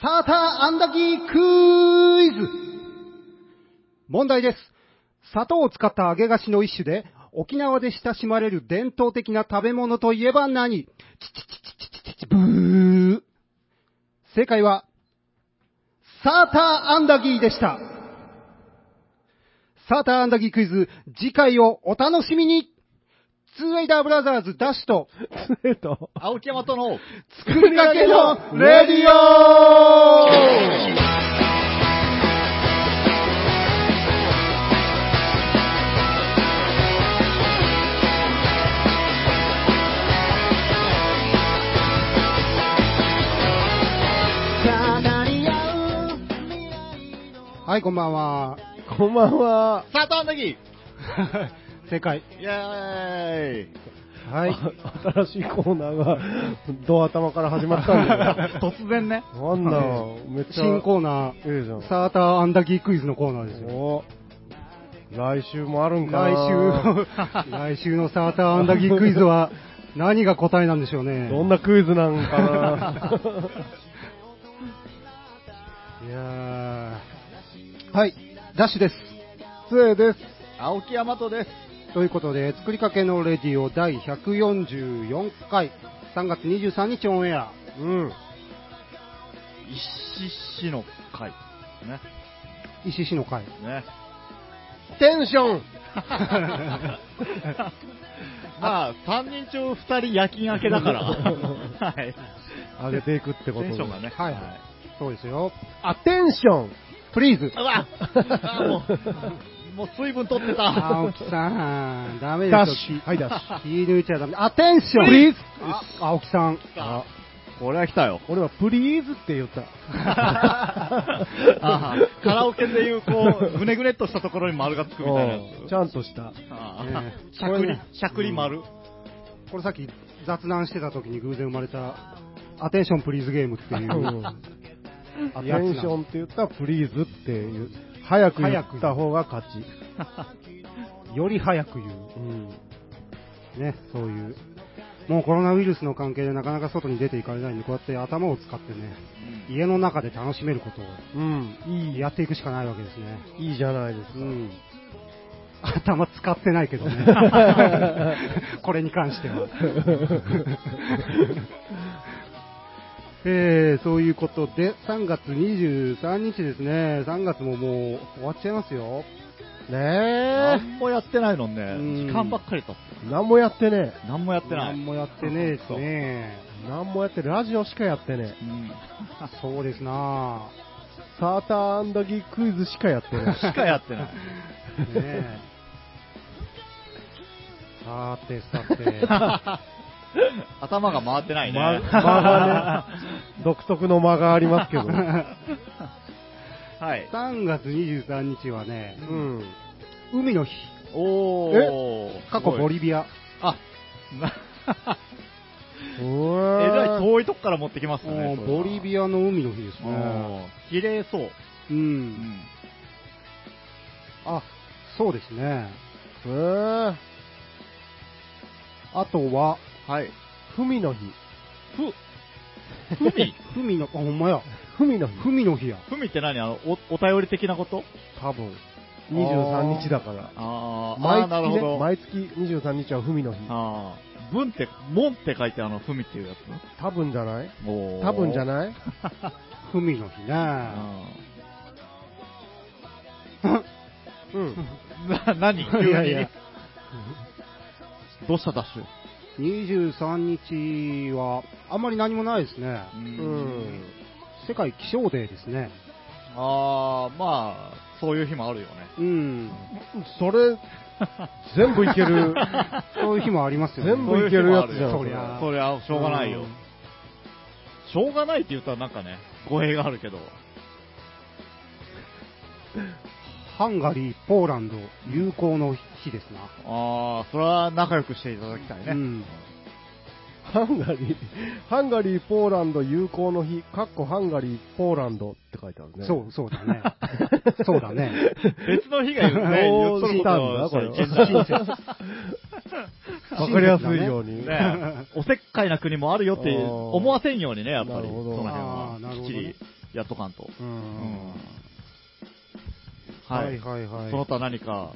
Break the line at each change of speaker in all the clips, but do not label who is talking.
サーターアンダギークイズ問題です。砂糖を使った揚げ菓子の一種で、沖縄で親しまれる伝統的な食べ物といえば何チチチチチチチブー正解は、サーターアンダギーでした。サーターアンダギークイズ、次回をお楽しみにツーエイダーブラザーズダッシュと、えっと、
青木山との、
作りかけのレディオはい、こんばんは。
こんばんは。
サーターアンダギ
正解。
ーイェーイ
はい。
あ新しいコーナーが、ドア頭から始まったんだ よ。
突然ね。
なんだ、めっちゃ。
新コーナ
ええじゃん
ー、。サーターアンダギークイズのコーナーですよ。
お来週もあるんか
来
な。
週の、 来週のサーターアンダギークイズは、何が答えなんでしょう ね。
どんなクイズなんかな。
いやーはい、ダッシュです。つえです。
青木山とです。
ということで、作りかけのレディオ第144回、3月23日オンエア。
うん。
石師の会。ね。
石市の会。
ね。
テンション
まあ、3人中2人夜勤明けだから。はい。
上げていくってこ
テ
とで
ンションがね。
はいはいそうですよ。
あ、テンション
プリーズ。
うわあもう、もう水分取ってた。
青木さん、ダメですよ。
ダッシュ。はい、ダッシュ。
気抜いちゃダメ。アテンション
プリーズ
あ青木さん。
あこれは来たよ。
俺はプリーズって言った。
あーカラオケでいう、こう、ぐねぐねっとしたところに丸がつくみたいなや
うん
つ。
ちゃんとした。
あ
ね
ーしゃくり、しゃくり丸。
これさっき雑談してた時に偶然生まれた、アテンションプリーズゲームっていうう。
んアテンションって言ったらプリーズっていう。早く言った方が勝ち。
より早く言う。
うん。
ね、そういう。もうコロナウイルスの関係でなかなか外に出ていかれないんで、こうやって頭を使ってね、家の中で楽しめることを
うん。いい、
やっていくしかないわけですね。
いいじゃないですか。
うん。頭使ってないけどね。これに関しては。 えー、そういうことで、3月23日ですね。3月ももう終わっちゃいますよ。
ね
何もやってないの
うん
ね。時間ばっかりと。
え。何もやってね
何もやってない。
何もやってねえですね。
え。何もやって、ラジオしかやってねえ。
うん
そうですな
サーターアンダギークイズしかやって ね
しかやってない。
ねえ。さてさて。
頭が回ってない
え。
ね。
ま間がね、独特の間があります けど。
はい。
3月23日はね、
うん。
海の日。
おー。
過去ボリビア。
あ、な、え
うわー
らい遠いとこから持ってきますね。
うんボリ
ア。
ビアの海の日ですね。
うん綺麗そう。
う。
うんん
あ、そうですね。
うわ
あとは、
はい。
ーふみの日。
ふ、ふみ
ふみの、あ、ほんまや。
ふみの日。
ふみの日や。
ふみって何あの、お、お便り的なこと
多分。23日だから。
あー、あ
毎
ーなる
月、
ほど。
ね、毎月23日はふみの日。
あー、文って、門って書いてあの、ふみっていうやつ
多分じゃない
おー
多分じゃない
ふみの日ね。
あ
うん。
ー な、何急 に
いやいや
どうしたダッシュ
23日は、あんまり何もないですね。
う
うん。
世界気象デーですね。
あー、まあ、そういう日もあるよね。
うん。
それ、全部い け る。
そういう日もありますよね。
全部いけるやつじゃん。
そういう日もあるよ
そりゃ、しょうがないよ。しょうがないって言ったらなんかね、語弊があるけど。
ハンガリー、ポーランド、友好の日ですな。
あー、それは仲良くしていただきたいね。
うん
ハンガリー、ハンガリー、ポーランド友好の日、かっこハンガリー、ポーランドって書いてあるね。
そう、そうだ ね。そうだね。
別の日が言うね、
ど
言
う
っとる
し
こと
たんだ
を
これは
して一日
わかりやすいように。
ね、おせっかいな国もあるよって思わせんようにね、やっぱり、
な
そ
る
の
ほど
辺
あ
は
ーなる。
きっ
ほ
ち
ど
り
ね。
やっとかんと。
う
うんん。は。
はいいはいはい。
その他何か、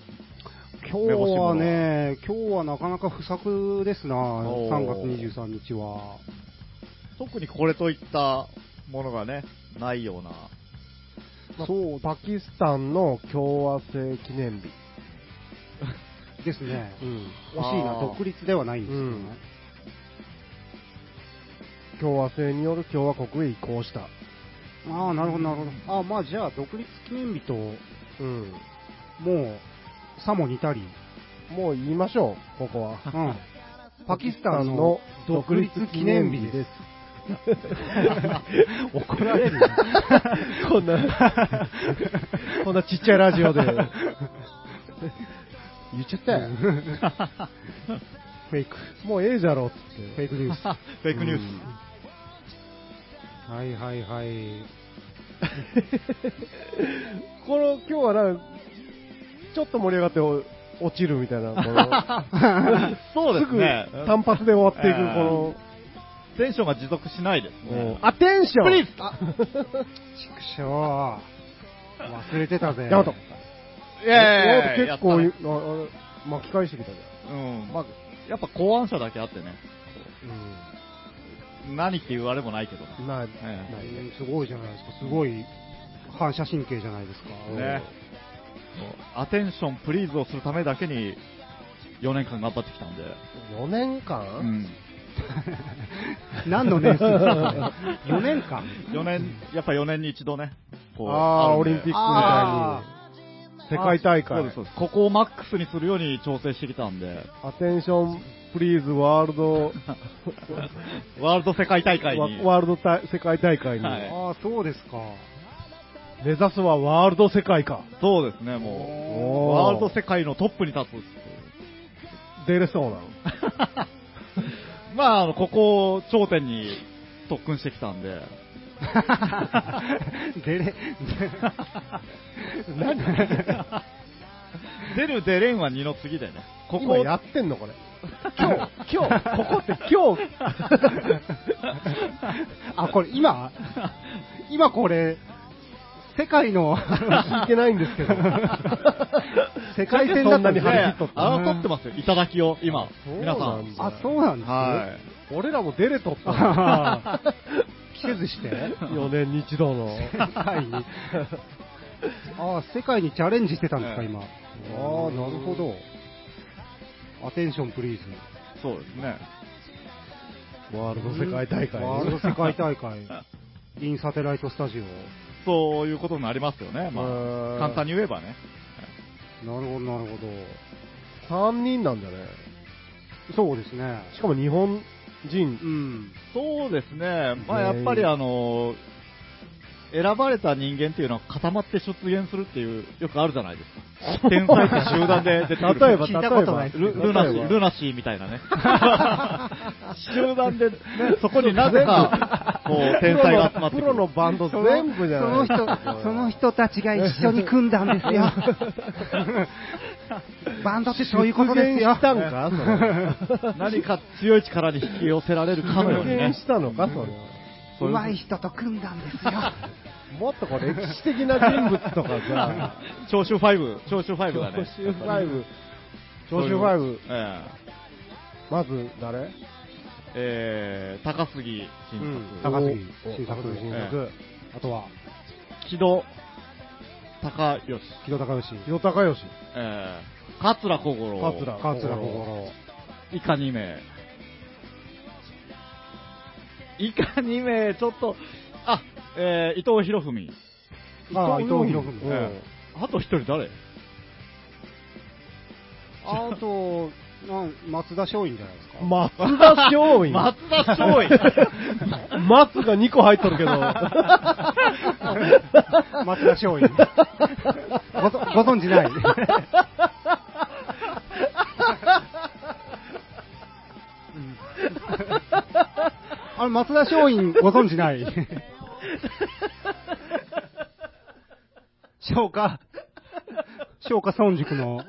今日はね、今日はなかなか不作ですな、
おー
3月23日は。
特にこれといったものがね、ないような。
まあ
そう
パキスタンの共和制記念日。
ですね。
うん。
惜しいな、
あー
独立ではないんですよね。
共和制による共和国へ移行した。
ああ、なるほど、なるほど。ああ、まあじゃあ、独立記念日と、も
うん。
う、さも似たり、
もう言いましょう、ここは。
うん、 パキスタンの独立記念日です。 怒られるな
こんな、 こんなちっちゃいラジオで。言っちゃったよ。
フェイク、
もうええじゃろっつ
フ
っ
ェイクニュース。
フ ェイクニュース。
はいはいはい。
て。 この、今日はなんかちょっと盛り上がってお落ちるみたいな、この
そうですね。
ぐ単発で終わっていく、
えー
こ
テンションが持続しないです
の、
ね。
アテンション
プリーズあ畜生忘れてたぜ。
ヤマト
いやいやいや
結構、あ
やっ
あ巻き返してきたじ
たうん。まあ、やっぱ考案者だけあってね。
ゃ
何って言われもないけどね。
ん。うん。ない、
ええ
ないね。
すごいじゃないですか。すごい反射神経じゃないですか。
ね。アテンションプリーズをするためだけに4年間頑張ってきたんで。
4年間、
うん。
何の 年数だ ?4 年間
4年、やっぱ4年に一度ね。こう
ああ、
るん
オ
で
リンピックみ
あ
たいに。世界大
そう
会
です、。そうです。ここをマックスにするように調整してきたん で、
アテンションプリーズワールド、
ワールド世界大会に。
ワワールド大世界大会に、
はい
ああ、そうですか。
目指すはワールド世界か。
そうですね、もう。
おー
ワールド世界のトップに立つっていう。
出れそうなの。
まあ、あの、ここを頂点に特訓してきたんで。
出れ、
出る出れんは二の次でね。ここ
今
を
やってんのこれ。
今日、今日、ここって今 日。
あ、これ今今これ、世界の
聞いてないんですけ ど。
世界戦だったん
に
で
ね
す
張り切っとった。
あの、取ってますよ。頂きを、今。
そう
皆さ
なん
ん。
あ、そうなんです
は
俺らも出れとったの。
季節して
4年に一度の。
世界に。ああ、世界にチャレンジしてたんですか、
ええ
今。ああ、なるほど。アテンションプリーズ。
い。そうですね。
ワールド世界大会ね。
ワールド世界大会。インサテライトスタジオ。
そういうことになりますよね。
う
ま
ーん
あ、簡単に言えばね。
なるほど、なるほ
3人なんだね。
ど。そうですね。
しかも日本人
う。ん。
そうですね。まあ、や
ねえ
っぱりあの、選ばれた人間っていうのは固まって出現するっていう、よくあるじゃないですか。天才って集団で 出てくる。
例えば、
聞い
例え
た
ば、
ことないです
ルルナシー、ル
ナ
ナシーみたいな ね。集団で、ね、そこになぜか、こう、天才が集まって
プ
く
ロ
る。
のバンド全部じゃない
その人、その人たちが一緒に組んだん ですよ。バンドってそういうことですよ。
出現したんかそれ
何か強い力に引き寄せられるかのように
出
ね
現。したのか、それは。
そうい う
上手い人と組んだんですよ。
もっとこう歴史的な人物とかさ、
長州ファイブ、長州ファイブ
長
がね。
州ファイブ、長州
そうい
ファイ
う
ブ、
ええ
まず誰
えー、高杉
う
晋
ん
作、
高杉
お
晋作
高杉晋
え
作、
あとは、
木戸高義、
木戸孝義。
清高義、
えー、桂小五郎、
桂
桂小五郎。
以下2名。以下2名、ちょっと、あ、えー、伊藤博文。
ああ伊藤博文
うん
えーあと1人 誰
あと、なん松田松陰じゃないですか。
松田松陰。
松田松陰
松が2個入っとる けど。
松田松陰。ごぞご存知ない。あれ、松田松陰ご存知ない。昇華、昇華孫塾の。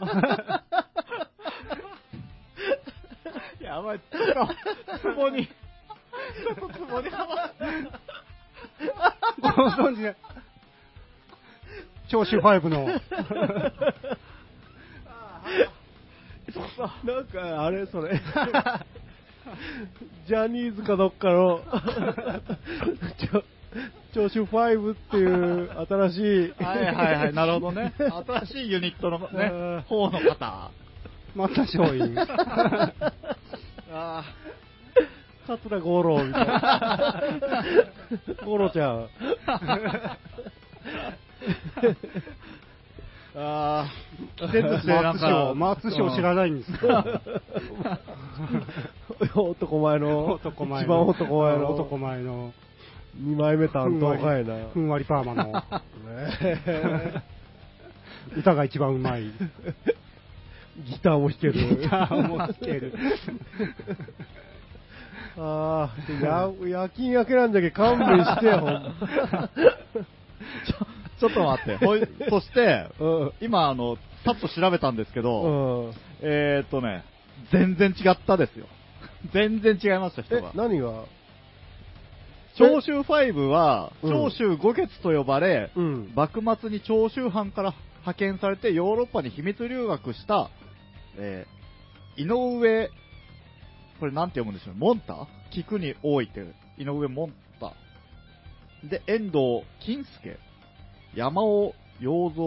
やばい、ちょっと、ツボに、ちょっとツボにはまった。
ごご存知で。長州5の。
なんか、あれ、それ。 ジャニーズかどっか の、ちょ長州5っていう新しい、
はいはいはい、なるほどね。新しいユニットの
うん
ね、方の方。
松田松陰。
あ
桂五郎みたいな。 五郎ちゃん。
あー、季節
松
性なんか
尾、松尾知らないんですか
男前の、
男前
一番
の。
男前の、
男前の。
二枚目担当かいな。
ふんわりパーマの。
ね
歌が一番うまい。
ギターも弾ける。
ギターも弾ける。
ああ、や、夜勤明けなんじゃけ勘弁してよ、ほ ん
ちょっと待って。ほいそして、
ま
今、あの、さっと調べたんですけ
う
ど、
ん。うん。
えーっとね、全然違ったですよ。全然違いました、人
え
が、。
何が
長州5は、
うん
長州五月と呼ばれ、
うん。
幕末に長州藩から派遣されてヨーロッパに秘密留学した、えー井上、これなんて読むんでしょうね、モンタ聞くに多いって、井上モンタ。で、遠藤金介、山尾洋蔵、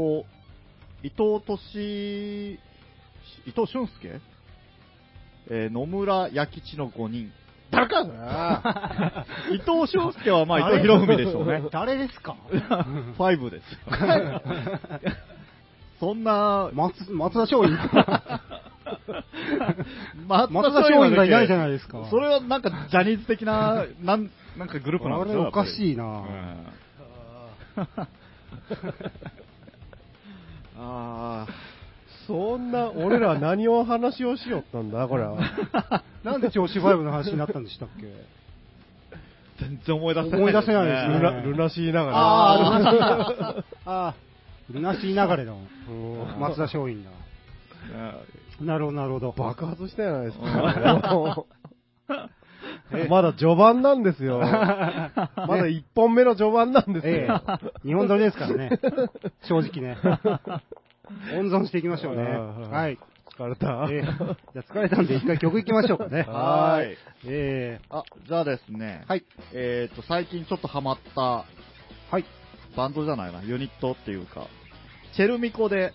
伊藤敏、伊藤俊介、えー野村弥吉の5人。だか伊藤俊介は まあ伊藤博文でしょう ね。
誰ですか
ファイブです よ。そんな、
松松田松陰。
松
松田松陰がいないじゃないですか
それはなんかジャニーズ的な、なんなんかグループなんですよ
あれおかしいな
やっぱりうんあ
そんな、俺ら何を話をしよったんだ、これ は。
なんで長州バイブの話になったんでしたっけ
ー全然思い出せない、
思い出せないで
ル
すね
ナ、ルナシーながら。
あ
ああ、ルナシー流れの
うん
松田松陰だ。
ーあ
なるほど、なるほど。
爆発したじゃないです
え
か。まだ序盤なんで すよ。まだ一本目の序盤なんです
え
よ。
え、日本撮りですからね。正直ね。温存していきましょうね。
うん
はい。
疲れた。
ええ、 じゃあ疲れたんで一回曲いきましょうかね。
はーい。
え
あ、じゃあですね、
はい
えっ、と、最近ちょっとハマった
え、はい。
バンドじゃないな、ユニットっていうか、チェルミコで、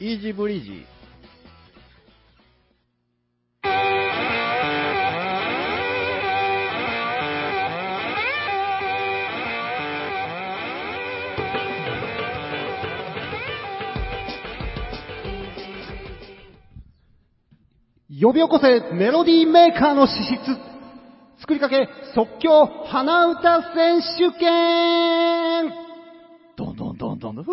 イージーブリージー。
呼び起こせメロディーメーカーの資質作りかけ即興鼻歌選手権
どんどんどんどんどん。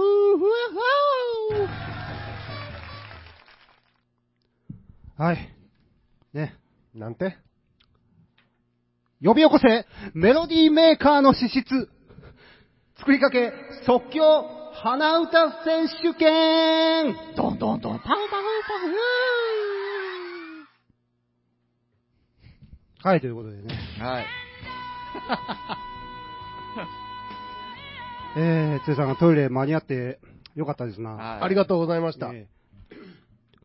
はい。ね。
なんて
呼び起こせメロディーメーカーの資質作りかけ即興鼻歌選手権
どんどんどん。
はい、ということでね。
はい。
えー、つえさんがトイレ間に合ってよかったですな。
はい
ありがとうございました。
ええ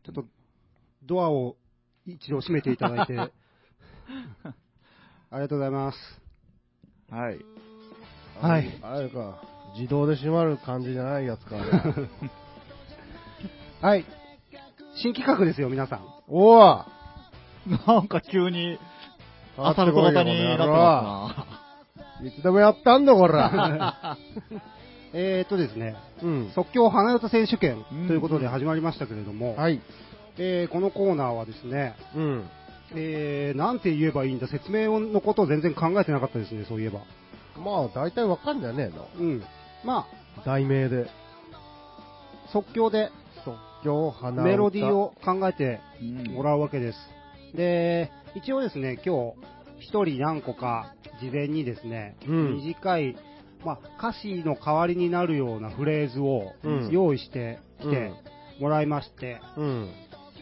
ちょっと、ドアを一度閉めていただい て、ありがとうございます。
はい。
はい。
あれか、自動で閉まる感じじゃないやつ か。
はい。新企画ですよ、皆さん。
おお
なんか急に、
あ
当た
たる
る
こ
ことと
に
に
な
な
っ
ってて
ま
ま
いつでもやったんだ、こら。
えー、っとですね、
うん。
即興花歌選手権
うん
ということで始まりましたけれども、
はい。
えーこのコーナーはですね、
うん。
えー、なんて言えばいいんだ、説明のことを全然考えてなかったですね、そういえば。
まあ、大体わかんじゃねえの。
うん。ま
題名で。
あ、即興で
即興花歌
メロディー。を考えて
すな
もらうわけです。で、一応ですね、今日、一人何個か事前にですね、
うん
短い、まあ、歌詞の代わりになるようなフレーズを
うん
用意してきてもらいまして、
うん。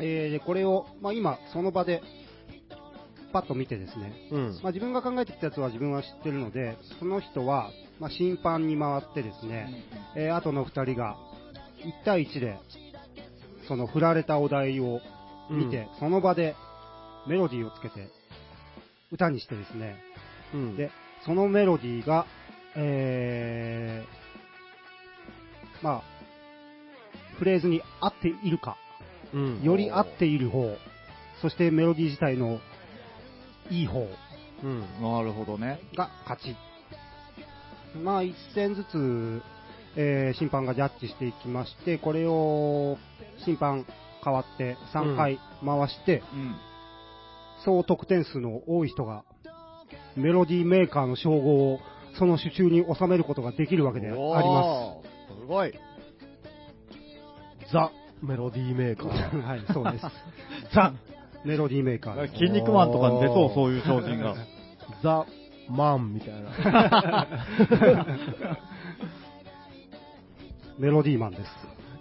えーでこれを、まあ、今、その場で、パッと見てですね、
うん。
まあ、自分が考えてきたやつは自分は知ってるので、その人は、まあ、審判に回ってですね、えー、後の2人が1対1で、その振られたお題を見て、その場でメロディーをつけて、歌にしてですね、
うん。
で、そのメロディーが、えー、まあ、フレーズに合っているか、
うん。
より合っている方、そしてメロディー自体のいい方
うん。
なるほどね。
が勝ち。まあ、1戦ずつ、えー審判がジャッジしていきまして、これを審判変わって3回回して、
うん。。
総得点数の多い人が、メロディーメーカーの称号をその手中に収めることができるわけであります
すごい。
ザ・メロディーメーカ
す。
ー。
はい、そう です。ザ・メロディーメーカーです。
筋肉マンとかに出そう、そういう商品 が。
ザ・マンみたいな。
メロディーマンです。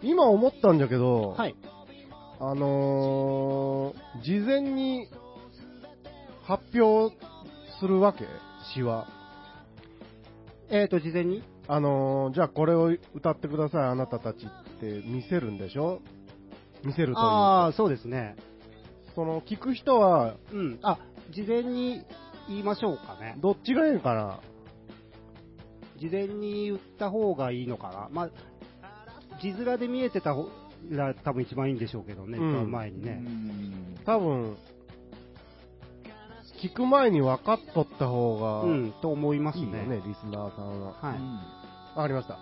今思ったんだけど、
はい。
あのー、事前に発表するわけ詩は。
えーと、事前に
あのー、じゃあこれを歌ってください、あなたたちって見せるんでしょ見せるという
あ
か。
あ、そうですね。
その、聞く人は、
うん。あ、事前に言いましょうかね。
どっちがいいのかな
事前に言った方がいいのかな。まあ、字面で見えてた方が多分一番いいんでしょうけどね、
うん
一番前に
う
ね。
ん
多分、聞く前に分かっとった方
う
が、
ん、と思います
いいよ
ね。
ね、リスナーさんは。
はい。
わかりました。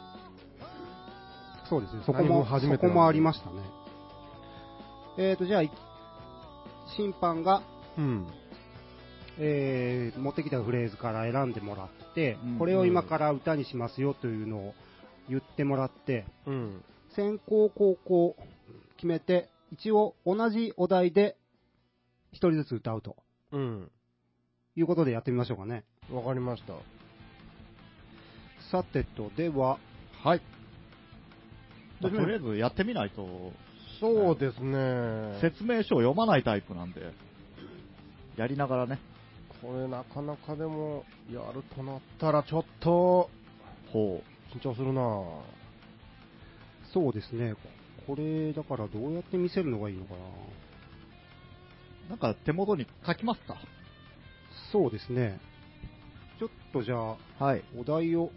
そうですね、そこ
だいぶ
も、
初
そ
めて
こ
なんで
もありましたね。えーと、じゃあ、い審判が、
うん。
えー持ってきたフレーズから選んでもらって、
うん
これを今から歌にしますよというのを言ってもらって、
うん。
先行後攻決めて、一応同じお題で一人ずつ歌うと
うん。
いうことでやってみましょうかね。
わかりました。
さてと、では、
はい。じゃあとりあえずやってみないと、
そうですね。
説明書を読まないタイプなんで、やりながらね、
これなかなかでも、やるとなったらちょっと、
ほ
緊張するなぁ。
そうですね、これ、だからどうやって見せるのがいいのかな。
う。なんか手元に書きますか
そうですね。ちょっとじゃあ、
はい。
お題を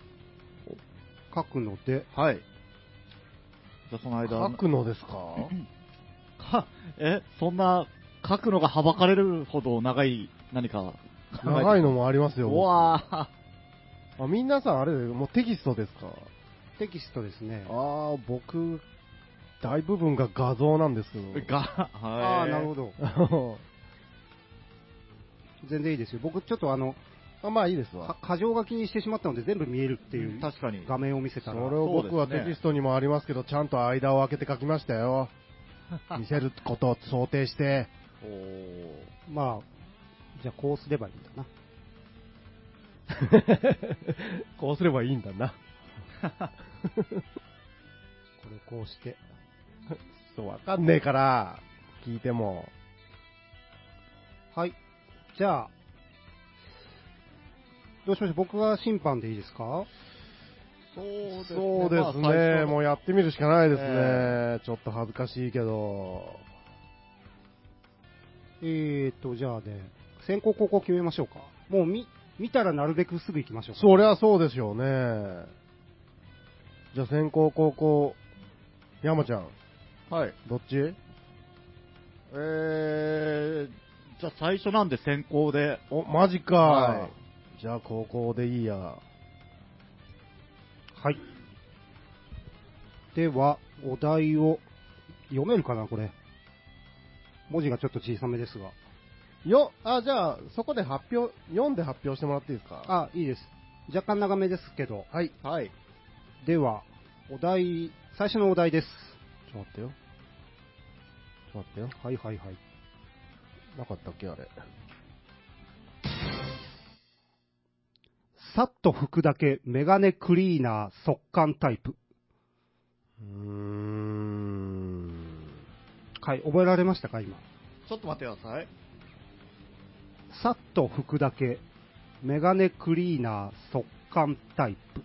書くので、
はい。じゃあその間、
書くのですか
か、え、そんな、書くのがはばかれるほど長い、何か。
長いのもあります
う
よ。
わ
あ、みんなさんあれ、もうテキストですか
テキストですね。
ああ、僕、大部分が画像なんですけ
ーが、はい。
あーなるほ
ど。
ど。
ど。
全然いいですよ。僕、ちょっとあの、
あまあいいです
か
わ。
過剰書きにしてしまったので、全部見えるっていう
確かに。
画面を見せた
そ
ら、
れを僕は
そうで
テ
すね
キストにもありますけど、ちゃんと間を空けて書きました よ。見せることを想定 して。
おー
まあ、じゃあこうすればいいんだな。
こうすればいいんだな。
これをこうして。
そう、わかんねえから、聞いても。
はい。じゃあ、どうしましょう。僕は審判でいいですか
そうですね。
そうです
まあ最
ね。
初の
もうやってみるしかないです
え
ね。ちょっと恥ずかしいけど。
えーと、じゃあね、先行後攻決めましょうか。もう見、見たらなるべくすぐ行きましょうか。
そりゃそうでしょうね。じゃあ先行後攻、山ちゃん、
はい。
どっち
えー、じゃあ最初なんで先行で。
お、マジか。
は
じゃあ高校でいいや。
はい。では、お題を、読めるかな、これ。文字がちょっと小さめですが。
よ、あ、じゃあそこで発表、読んで発表してもらっていいですか
あ、いいです。若干長めですけど。
はい。
はい。
では、お題、最初のお題です。
ちょっと待ってよ。ちょっと待ってよ。
はいはいはい。
なかったっけあれ。
さっと拭くだけメガネクリーナー速乾タイプ。
うーん。
はい、覚えられましたか、今。
ちょっと待ってください。
さっと拭くだけ。メガネクリーナー速乾タイプ。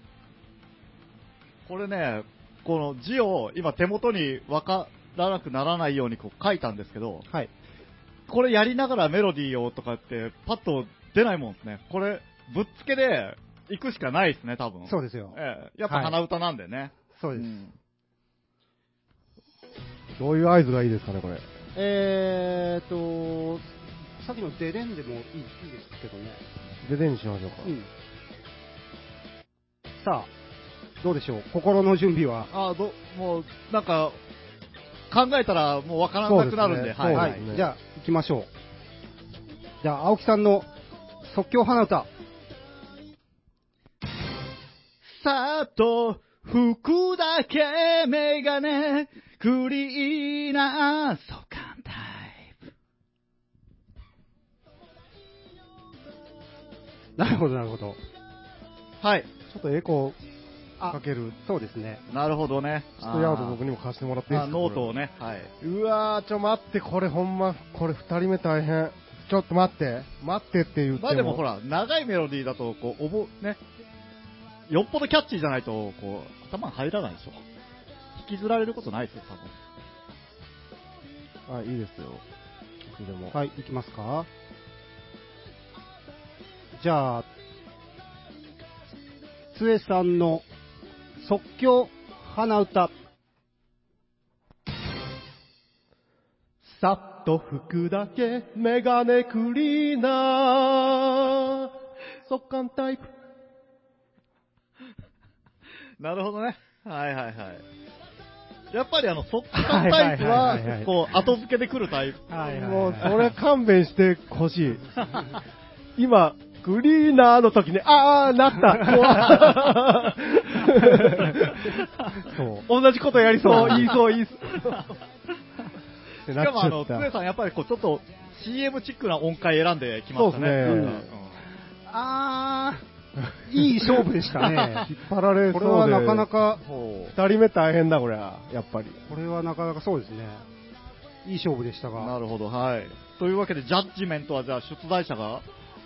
これね、この字を今手元にわからなくならないようにこう書いたんですけど、
はい。
これやりながらメロディーをとかってパッと出ないもんですね。これ、ぶっつけで行くしかないですね、多分。
そうですよ。
ええやっぱ
はい
鼻歌なんでね。
そうです。
うん
どういう合図がいいですかね、これ。
えーっと、さっきのデデンでもいいいいですけどね。
で、でにしましょうか。
うん。さあ、どうでしょう。心の準備は。
ああ、ど、もう、なんか、考えたらもうわからなくなるんで、
そうですねはい
はい、じゃあ行きましょう。じゃあ青木さんの即興花歌。
さっと、服だけメガネ、クリーナー、速乾タイプ。
なるほどなるほど。
はい。
ちょっとエコー
あ
かける。
そうですね。
なるほどね。
ちょっとヤード僕にも貸してもらっていい
あ
で
あ
すか
ノートを
ね。
ね。はい。
うわー、ちょ待って、これほんま、これ二人目大変。ちょっと待って、待ってって言っても。
まあでもほら、長いメロディーだと、こう、おぼ、ね。よっぽどキャッチーじゃないと、こう、頭に入らないでしょ。引きずられることないですよ、多分。
あ、いいですよ。でも。
はい、行きますか。じゃあ、つえさんの即興花歌。
さっと拭くだけ、メガネクリーナー。速乾タイプ。
なるほどね。はいはいはい。やっぱりあの、速乾タイプは
はいはいはいはい、
こう、後付けで来るタイプ。
もう、そ
れ
れ勘弁してほしい。 今、クリーナーの時に、あー、なった。 そう。
同じことやり
そう、言いそう、言いそう。
しかもあの、つ
なっちゃ
え
っ
さんやっぱりこう、ちょっと CM チックな音階選んできましたね。
そうですね
なんか
あー、いい勝負でした
た
ね
引。っ張られそうで。
これはなかな。か、
うん
二人目大変だ、これは。やっぱり。
これはなかなかそうですね。いい勝負でしたが。
なるほど、はい。というわけで、ジャッジメントはじゃあ、出題者が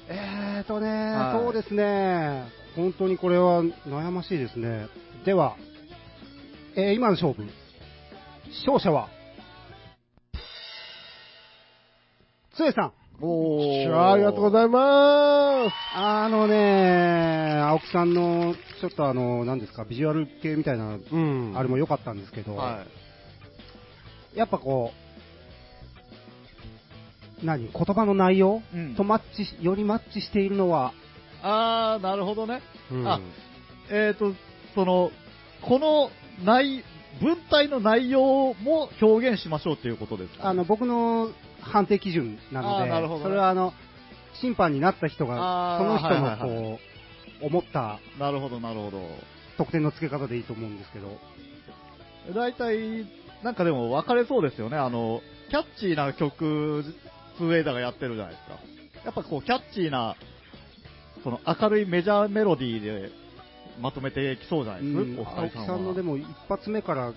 えーとね、
はい
そうですね、本当にこれは悩ましいですね。では、えー今の勝負、勝者は、つえさん。
お
よっしゃありがとうございます。
あのね、青木さんの、ちょっとあの、何ですか、ビジュアル系みたいな、
うん
あれも良かったんですけど、
はい。
やっぱこう、何言葉の内容、
うん
とマッチし、よりマッチしているのは、
あー、なるほどね。
うん
あえっ、ー、と、その、この内、文体の内容も表現しましょうということですか
あの、僕の判定基準なの
あー
で、
なるほどね
それはあの審判になった人
あ
が、
ー
その人のこう、
はいはい
思った
なるほど、なるほど。
得点の付け方でいいと思うんですけど、
大体、なんかでも分かれそうですよね。あの、キャッチーな曲、ツーウェイダーがやってるじゃないですか。やっぱこう、キャッチーな、その明るいメジャーメロディーでまとめてきそうじゃないですか。
うん
お
青木
二人は
さんのでも一発目から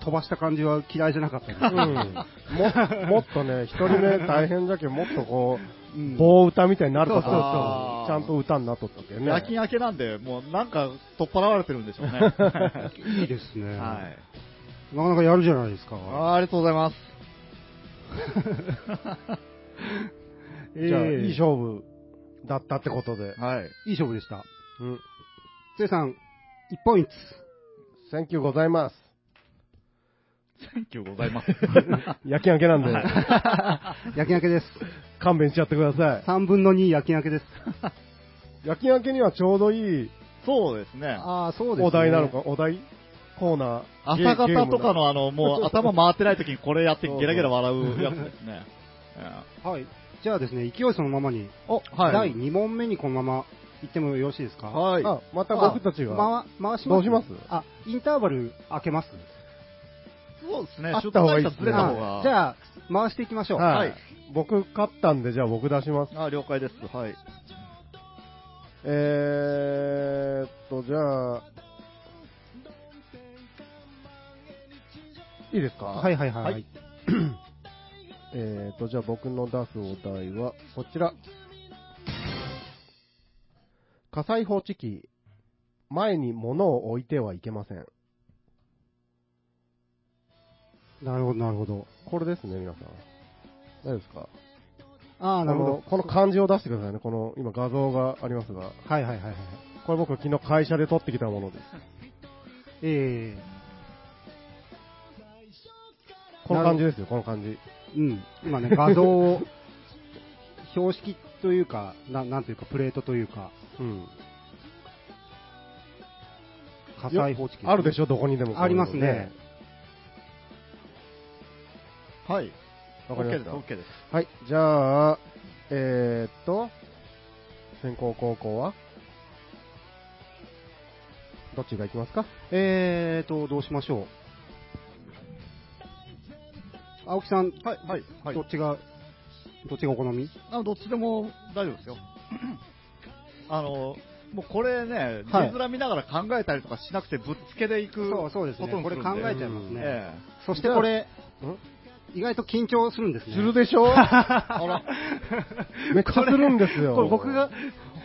飛ばした感じは嫌いじゃなかったです
うん、ももっとね、一人目大変じゃけん、もっとこ
う
う、
ん
棒歌みたいになること
そうそう
そう
ちゃんと歌になっとったけどね。
夜勤明けなんで、もうなんか取っ払われてるんでしょうね。
いいですね、
はい。
なかなかやるじゃないですか。
あーありがとうございます。
えー
じゃあ、いい勝負だったってことで。
はい。
いい勝負でした。
うん。
つえさん、1ポイント。
センキューございます。
センキューございます。
夜勤明けなんで、
焼き焼けです。
勘弁しちゃってくださ
3分の2焼き焼けです。
い。夜勤明けにはちょうどいい
そうですね。
ああ、そうです、ね。
お題なのか、お題コーナー。
朝
ゲ
方とか
ゲーム
のあの、もう頭回ってない時にこれやってゲラゲラ笑うやつですね。
はい。じゃあですね、勢いそのままに、
お、
第2問目にこのまま行ってもよろしいですか
はい。
あ、また僕たちが。
あ回回します
どうします
あ、インターバル開けます
そうですね。
あった方がいいですね
出た方が。
あじゃあ、回していきましょう。
は
はい
い。僕勝ったんで、じゃあ僕出します。
あ、了解です。はい。
えーっと、じゃあ、いいです か
はいはいはい。
はい
えーと、じゃあ僕の出すお題は、こちら。火災報知器、前に物を置いてはいけません。
なるほど、なるほど。
これですね、皆さん。大丈夫ですか
ああ、
あ
なるほど
の。この漢字を出してくださいね。この、今画像がありますが。
はいはいはいはい。
これ僕昨日会社で撮ってきたものです。
え
この漢字ですよ、この漢字。
えうん。今ね、画像を、標識というか、ななんというか、プレートというか、
うん。
火災報知器、
あるでし
ょ
ょ、どこにでもこういうの。
ありますね。
はい。
わかり
OK
まし
です、
た。
OK です。
はい、じゃあ、えー、っと、先行高校はどっちが行きますか
えーと、どうしましょう。青木さん、
はい、はい、はい
ど。っちが、どっちがお好み
あどっちでも大丈夫ですよ。あの、もうこれね、字
はい
面見ながら考えたりとかしなくて、ぶっつけでいく
そうそうですね
ことに
これ
るん
考えちゃいますね
え
そしてこれ、
ん
意外と緊張するんですね。
するでしょ
えあ ら、
めっちゃするんですよ。
これ僕が、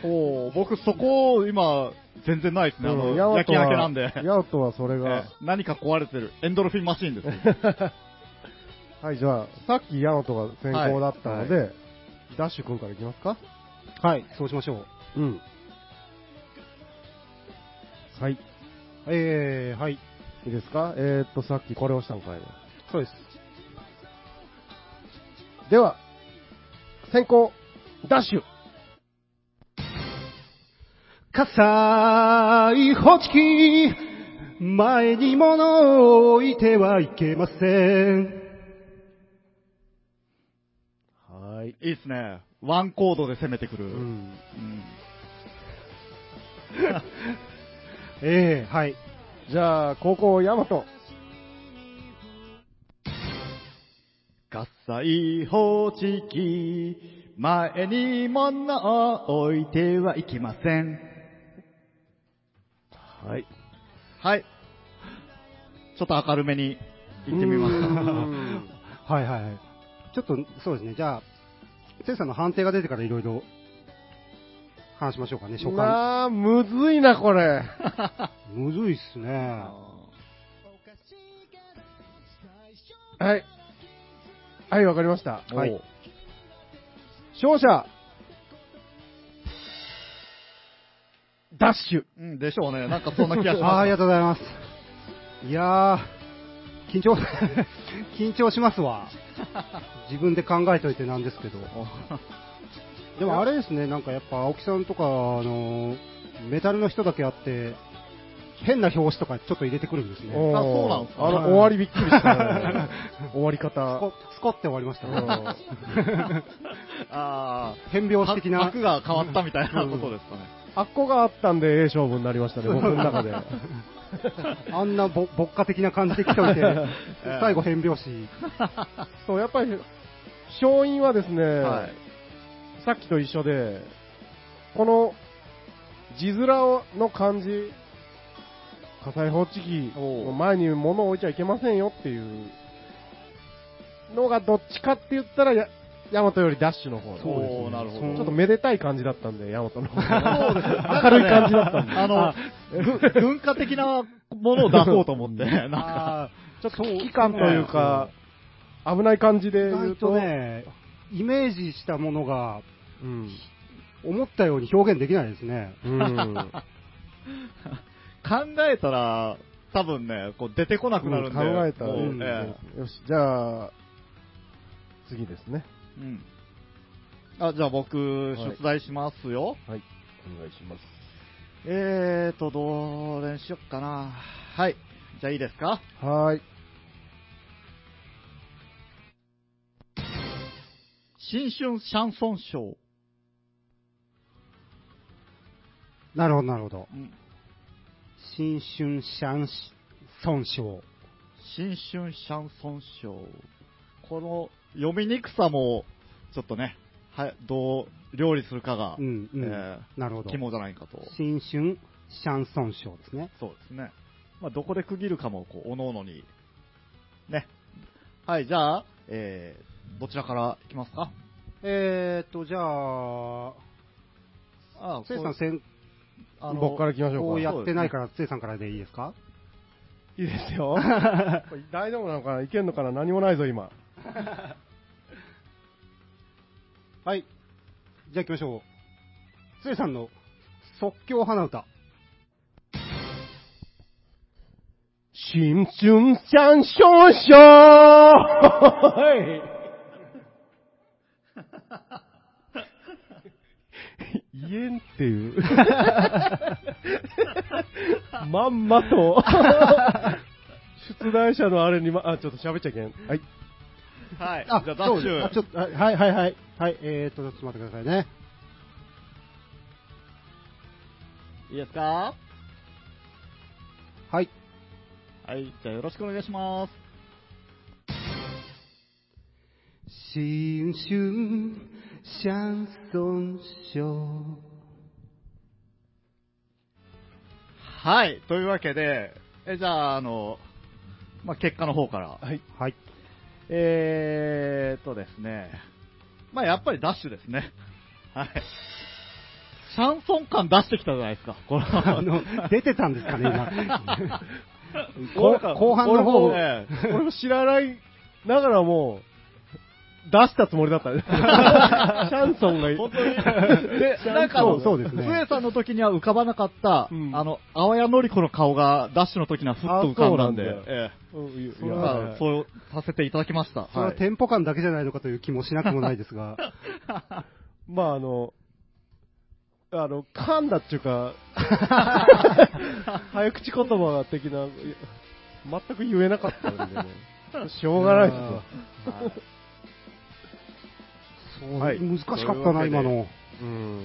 ほう、僕そこを今、全然ないです
うん、
ね、あの、
ヤオ
焼
ト
き明
は
けなんで。
ヤオトはそれが
ええ。何か壊れてる。エンドルフィンマシーンです。
はい、じゃあ、さっきヤオトが先行だったので、ダッシュ君から行きますか
はい、そうしましょう。
うん。はい、い
えー、はい、
いですかえー、っと、さっきこれをしたんかいな
そうです。
では、先行、ダッシュ
火災報知器前に物を置いてはいけません。
はい。
いいですね。ワンコードで攻めてくる。
うん。
うん
ええはい。
じゃあ、高校ヤマト。
合災放置機、前に物を置いてはいけません。
はい。
はい。ちょっと明るめに行ってみま
う
し
ん
はいはいはい。ちょっと、そうですね、じゃあ、テさんの判定が出てからいろいろ話しましょうかね、初
う
回。
わー、むずいな、これ。
むずいっすね。
た。
はい。はい、わかりました。
はい
おう。勝者。ダッシュ。
うん、でしょうね。なんかそんな気がし
あーあ
ま
り
す
が。とうございます。いやー、緊張、 緊張しますわ。自分で考えといてなんですけど。でもあれですね、なんかやっぱ青木さんとか、あのーメタルの人だけあって、変な表紙とかちょっと入れてくるんですね。
お
あそうなんすか
あの、
はい
終わりびっくりした ね。終わり
スコ
方。
スコって終わりましたね。
あ
変
あ
拍子的な。
枠が変わったみたいなことですかね。
あっこがあったんで、ええ勝負になりましたね、僕の中で。
あんなぼ牧歌的な感じで来といて、最後変拍子。
そう、やっぱり、勝因はですね、
はい。
さっきと一緒で、この字面の漢字、火災報知器の前に物を置いちゃいけませんよっていうのがどっちかって言ったらや、ヤマトよりダッシュの
そう
方
ですね
おー
なるほど
ちょっとめでたい感じだったんで、ヤマトの方
そ
が
うですね
明るい感じだったんで。
あの、ぐ文化的なものを出そうと思って、なんか、
あ
ちょっと危機感というか、危ない感じ
ー
で
意
言う
外
と、
とね、イメージしたものが
うん。
思ったように表現できないですね。
うん。
考えたら、多分ね、こう出てこなくなるんで。
うん考えたら
こう
ね、
え
よし、じゃあ、次ですね。
えうんあ、じゃあ僕、
い
出題しますよ。
はい。お願いします。
えーと、どれにしよっかな。はい。じゃあいいですか
はーい。
新春シャンソンショー。
なるほど、なるほど。
うん
新春シャンシソンショー。
新春シャンソンショー。この読みにくさも、ちょっとね、はい、どう料理するかが、
うんうん
え
なるほ
ー
ど。
肝じゃないかと。
新春シャンソンショーですね。
そうですね。まあ、どこで区切るかも、こう、おのおのに。ね。はい、じゃあ、えー、どちらからいきますか
えーと、じゃあ、
あ
せいさん先
あの
僕から行きまし
こ
ょ
う
うか。
やってないから、つえさんからでいいですか
いいですよ。 これ大丈夫なのかないけんのかな何もないぞ、今。
はい。じゃあ行きましょう。つえさんの即興花歌。
新春山少々言えんっていう。 まんま と、 出題者のあれにま、あ、ちょっと喋っちゃいけん。はい。
はい。
あ、
じゃあ、ダッシ
そうです
ュ
あ。ちょっと、あはいはいはい。はい、えーっと、ちょっと待ってくださいね。
いいですか
はい。
はい。じゃあ、よろしくお願いします。
新春シャンソンショー。
はい。というわけで、えじゃあ、あの、まあ、結果の方から。
はい。
はい。
えーっとですね。まあ、やっぱりダッシュですね。はい。シャンソン感出してきたじゃないですか。この
あ の、出てたんですかね、今。
俺
後
か
後半の方
俺もええ
俺も知らないながらも、出したつもりだった ね。シャンソンがい
本当に。で、なんかあの、
そうですね
上さんの時には浮かばなかった、
うん
あの、青谷のり子の顔が、ダッシュの時にはふっと浮かんだんで、
あそうなんだ
ええ
うんいや
それはそうさせていただきました。
それはテンポ感だけじゃないのかという気もしなくもないですが。
まああの、あの、噛んだっていう か、早口言葉的な、いや全く言えなかったんでね。しょうがないですよ。
はい
そう
はい
難しかったな、
というわけで
今の。
うん。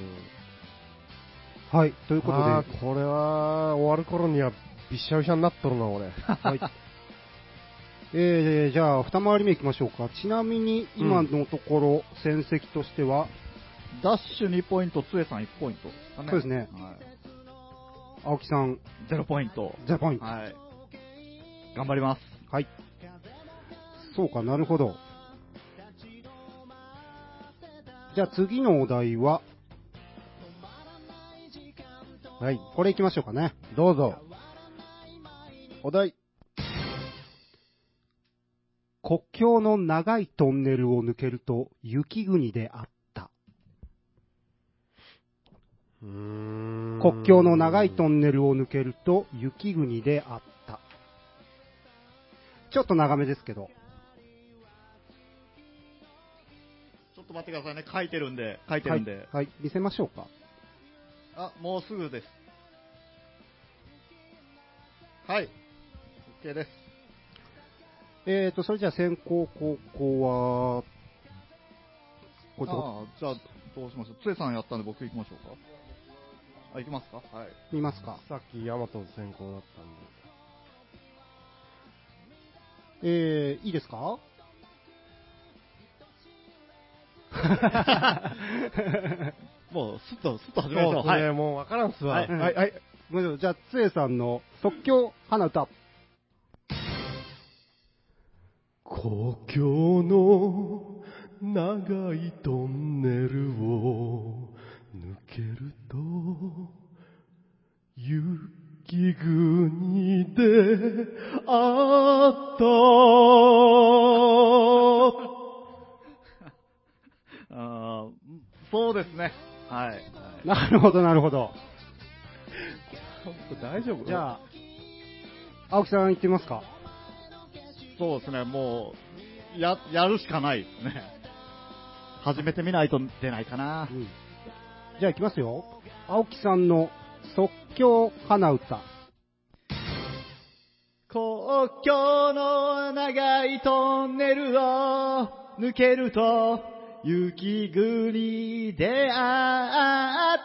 はい、ということで、
あーこれは、終わる頃には、びっしゃびしゃになっとるな、俺。
はい。えー、じゃあ、二回り目いきましょうか。ちなみに、今のところ、戦績としては、
ダッシュ2ポイント、つえさん1ポイントですかね。
そうですね
はい
青木さん、
0ポイント。
ジャパン。はい。
はい。頑張ります。
そうか、なるほど。じゃあ、次のお題は、
はい、
これいきましょうかね。
どうぞ。お題。
国境の長いトンネルを抜けると、雪国であった。国
国
境の長いトンネルを抜けると、雪国であった。ちょっと長めですけど。
ちょっと待ってくださいね。書いてるんで、書いてるんで。
はい、はい見せましょうか。
あ、もうすぐです。はい。OK です。
えーと、それじゃあ先行高校は、これど
あーじゃあ、どうしましょう。つえさんやったんで僕行きましょうか。あ、行きますかはい。
う見ますか。
さっき、ヤマトの先行だったんで。
えー、いいです か
もう、すっと、すっと
そう
始
で
め
す
ましょう。はい。
ね、もうわからんっすわ。
はい
はい
はい。
まずじゃあ、つえさんの即興花歌。
故郷の長いトンネルを抜けると雪国であった
あーそうですね。はい。はい
なるほど、なるほど。
大丈夫
じゃあ、青木さん行ってみますか。
そうですね、もう、や、やるしかないですね。始めてみないと出ないかな
う。んじゃあ行きますよ。青木さんの即興花歌。
国境の長いトンネルを抜けると、雪国であ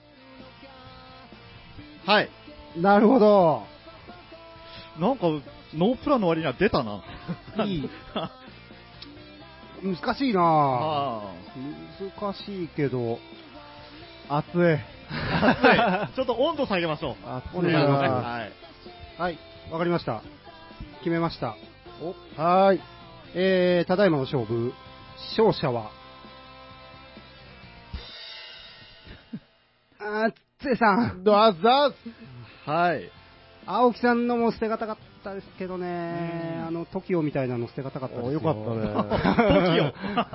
った。はい。
なるほど。
なんか、ノープランの割には出たな。
いい
あ
難しいなぁ。
あ。
難しいけど、
暑 い。
はいちょっと温度下げましょう。
お
暑
願
い
いし
な。
まはい、わかりました。決めました。
はーい。
えー、ただいまの勝負、勝者は、あー、つえさん。
ドアザーはい。
青木さんのも捨てがたかったですけどね
う。ん
あの、TOKIO みたいなの捨てがたかったです
お
よ。
よかった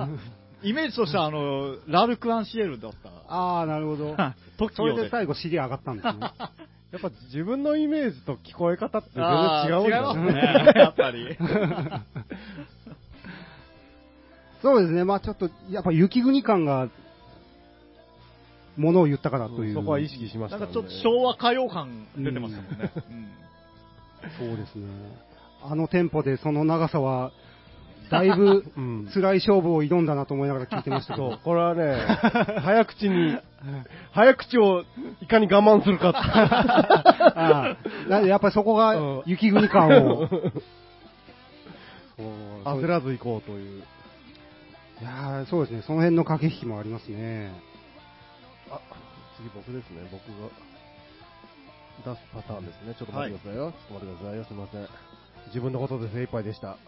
ね。
イメージとしては、あの、ラルク・アンシエルだった。
ああ、なるほ ど。
トキ
そ
オ
れ
で
で。最後尻上がったんですね。
やっぱ自分のイメージと聞こえ方って全然
あー
違うんだ
違いますね、やっぱ り。
そうですね、まあちょっと、やっぱ雪国感が、ものを言ったからという。
そこは意識しまし
な
た
ん
ね。
かちょっと昭和歌謡感出てましたもんね。うん
そうですね。あのテンポでその長さは、だいぶ
うん
辛い勝負を挑んだなと思いながら聞いてましたけ
そう
ど、、
これ はね、早口に、早口をいかに我慢するかって。
ああなんでやっぱりそこ
うん
が雪国感 を、
焦らず行こうという。
いやーそうですね、その辺の駆け引きもありますね。
あ、次僕ですね。僕が出すパターンですね。ちょっと待ってくださいよ。ちょっと待ってくださいよ。すいません。自分のことで精一杯でした。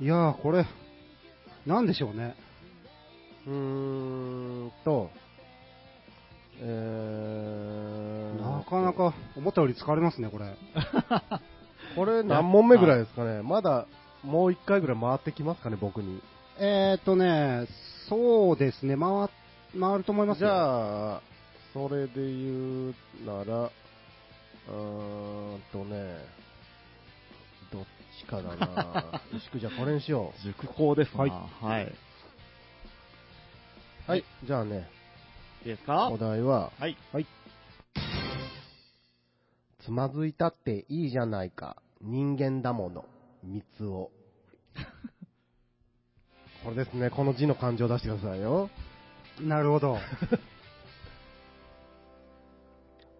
いやーこれ、なんでしょうね。
うーんと、えー、
なかな。か思ったより疲れますね、これ。
これ何問目ぐらいですかね。まだもう一回ぐらい回ってきますかね、僕に。
えーっとね、そうですね、回、回ると思います
じ
よ
ゃあ、それで言うなら、うーんとね、どっちかだな。よしくじゃあこれにしよ
熟考ですな。
はい
はい。
う。はい。じゃあね、
いいですか
お題は、
はい。
つまずいたっていいじゃないか。人間だもの。三つ を。これですね、この字の漢字を出してくださいよ。
なるほ ど。